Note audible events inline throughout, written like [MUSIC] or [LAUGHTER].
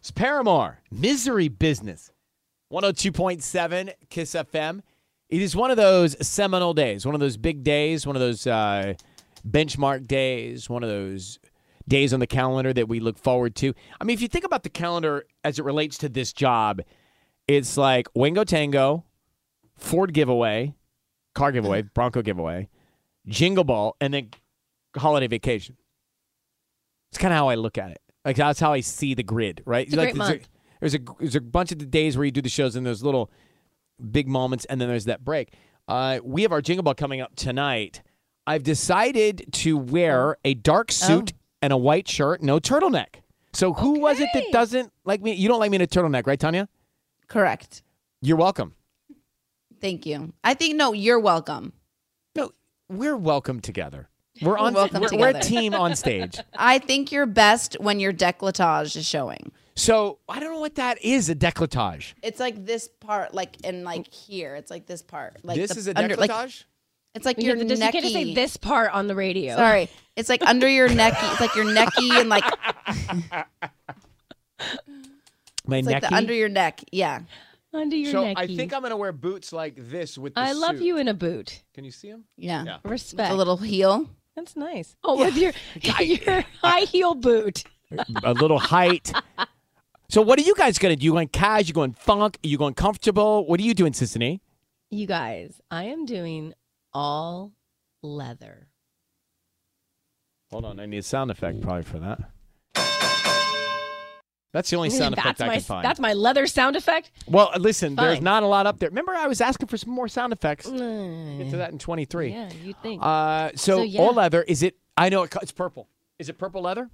It's Paramore, Misery Business, 102.7 Kiss FM. It is one of those seminal days, one of those big days, one of those uh, benchmark days, one of those days on the calendar that we look forward to. I mean, if you think about the calendar as it relates to this job, it's like Wingo Tango, Ford giveaway, car giveaway, Bronco giveaway, Jingle Ball, and then holiday vacation. It's kind of how I look at it. Like that's how I see the grid, right? It's a like great there's, month. there's a there's a bunch of the days where you do the shows and there's little big moments and then there's that break. Uh, we have our jingle ball coming up tonight. I've decided to wear Oh. a dark suit and a white shirt, no turtleneck. So who was it that doesn't like me? You don't like me in a turtleneck, right, Tanya? Correct. You're welcome. Thank you. I think no, you're welcome. No, we're welcome [LAUGHS] together. We're on. welcome we're, we're a together. team [LAUGHS] on stage. I think you're best when your decolletage is showing. So I don't know what that is. A decolletage. It's like this part, like and like here. It's like this part. Like this the is a decolletage. under- like- it's like You're your the just, you necky. can't just say this part on the radio. Sorry, it's like under your necky. It's like your [LAUGHS] necky and like My it's neck. like the under your neck. Yeah. Under your so necky. I think I'm gonna wear boots like this with. The I love suit. you in a boot. Can you see them? Yeah. Yeah. Respect. A little heel. That's nice. Oh, with [LAUGHS] your your high heel boot. a little [LAUGHS] height. So what are you guys gonna do? You going cash? You going funk? You going comfortable? What are you doing, Sissany? You guys, I am doing all leather. Hold on, I need a sound effect probably for that. That's the only That's sound effect I my can find. that's my leather sound effect. well, uh, listen, there's Fine. not a lot up there. Remember, I was asking for some more sound effects. Get to Mm. Yeah, that in 23. you think? Uh, Uh, so, So, yeah. all leather is it? I know it, co- it's purple. Is it purple leather?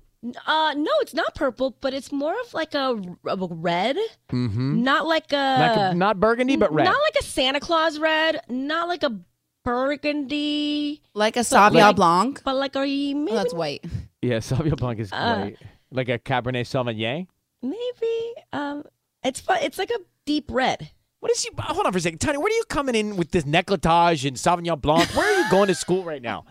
uh, no, it's not purple, but it's more of like a, a red, Mm-hmm. not like a not, not burgundy, but red. Uh, Not like a Santa Claus red, not like a burgundy, Like a Sauvignon like- Blanc. but like are you Oh, maybe that's white. yeah, [LAUGHS] Sauvignon Blanc is Uh, great. Like a Cabernet Sauvignon. maybe um it's fu- it's like a deep red. What is you? uh, Hold on for a second, Tony. What are you coming in with this neckletage and Sauvignon Blanc? Where are you going to school right now?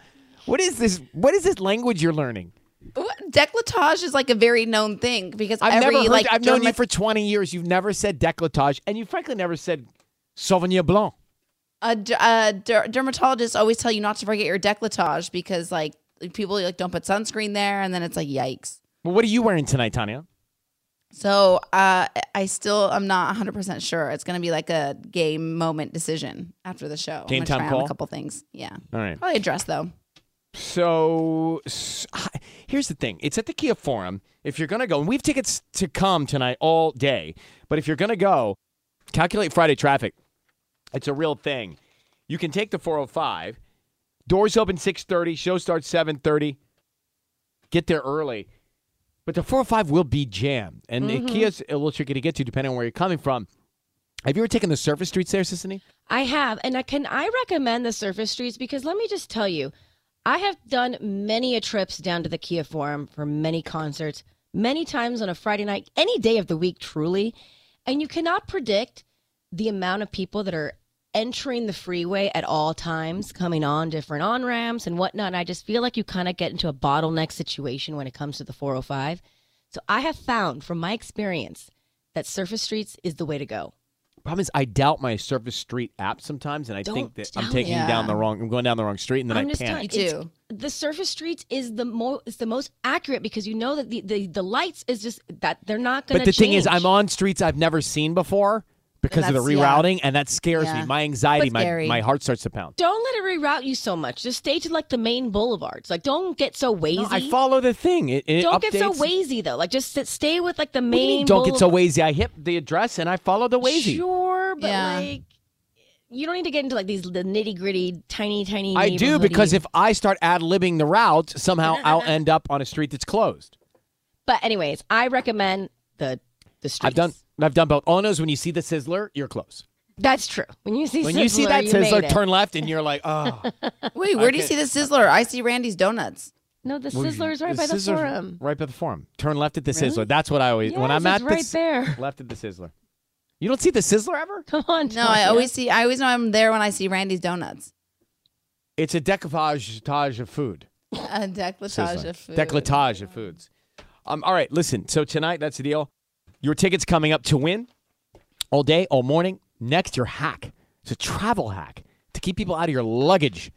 What is this? What is this language you're learning? What? Decolletage is like a very known thing because I've every never heard. like I've known you dermat- for 20 years. You've never said decolletage, and you frankly never said Sauvignon Blanc. a, d- a der- dermatologist always tell you not to forget your decolletage because like people like don't put sunscreen there and then it's like yikes. Well, what are you wearing tonight, Tanya? So uh, I still I'm not 100 percent sure. It's gonna be like a game moment decision after the show. I'm Game time gonna try on call? a couple things. Yeah, All right. probably a dress though. So s- I- here's the thing it's at the Kia Forum. If you're going to go, and we have tickets to come tonight all day, but if you're going to go, calculate Friday traffic. It's a real thing. You can take the 405. Doors open 6:30, show starts 7:30. Get there early. But the 405 will be jammed. And the Kia's a little tricky to get to depending on where you're coming from. Have you ever taken the surface streets there, Sissany? I have, and I, can I recommend the surface streets? Because let me just tell you, I have done many a trips down to the Kia Forum for many concerts, many times on a Friday night, any day of the week, truly. And you cannot predict the amount of people that are entering the freeway at all times, coming on different on ramps and whatnot. And I just feel like you kind of get into a bottleneck situation when it comes to the 405. So I have found from my experience that surface streets is the way to go. Problem is, I doubt my surface street app sometimes, and I think Don't that I'm doubt taking it. down the wrong. I'm going down the wrong street, and then I'm I just panic. telling You it's- do. The surface streets is the most is the most accurate because you know that the, the, the lights is just that they're not going But the to. thing is, I'm on streets I've never seen before because of the that's- yeah. rerouting, and that scares Yeah. me. My anxiety, That's my, scary. my heart starts to pound. Don't let it reroute you so much. Just stay to like the main boulevards. Like, don't get so wazy. No, I follow the thing. It, it don't get so updates- wazy though. Like, just sit, stay with like the What do you main. mean, don't get so boulevard. wazy. I hit the address and I follow the wazy. Sure, but Yeah. like, you don't need to get into like these the nitty gritty, tiny, tiny. I do because neighborhoody- if I start ad libbing the route, [LAUGHS] somehow I'll end up on a street that's closed. But anyways, I recommend the the streets. I've done I've done both. Oh no, is when you see the sizzler, you're close. That's true. When you see When you see Sizzler, that made sizzler, it. turn left, and you're like, oh. Wait, where do you see the sizzler? I see Randy's donuts. No, the Well, Sizzler is right by the Sizzler's forum. Right by the forum. Turn left at the Sizzler. That's what I always when Yes, I'm it's at right the, there. Left at the Sizzler. You don't see the Sizzler ever? Come on. No, I always see. I always know I'm there when I see Randy's donuts. It's a decoupage of food. A decolletage Sizzler. of food. Decolletage of foods. Um, all right, listen. So tonight, that's the deal. Your tickets coming up to win all day, all morning. Next, your hack. It's a travel hack to keep people out of your luggage.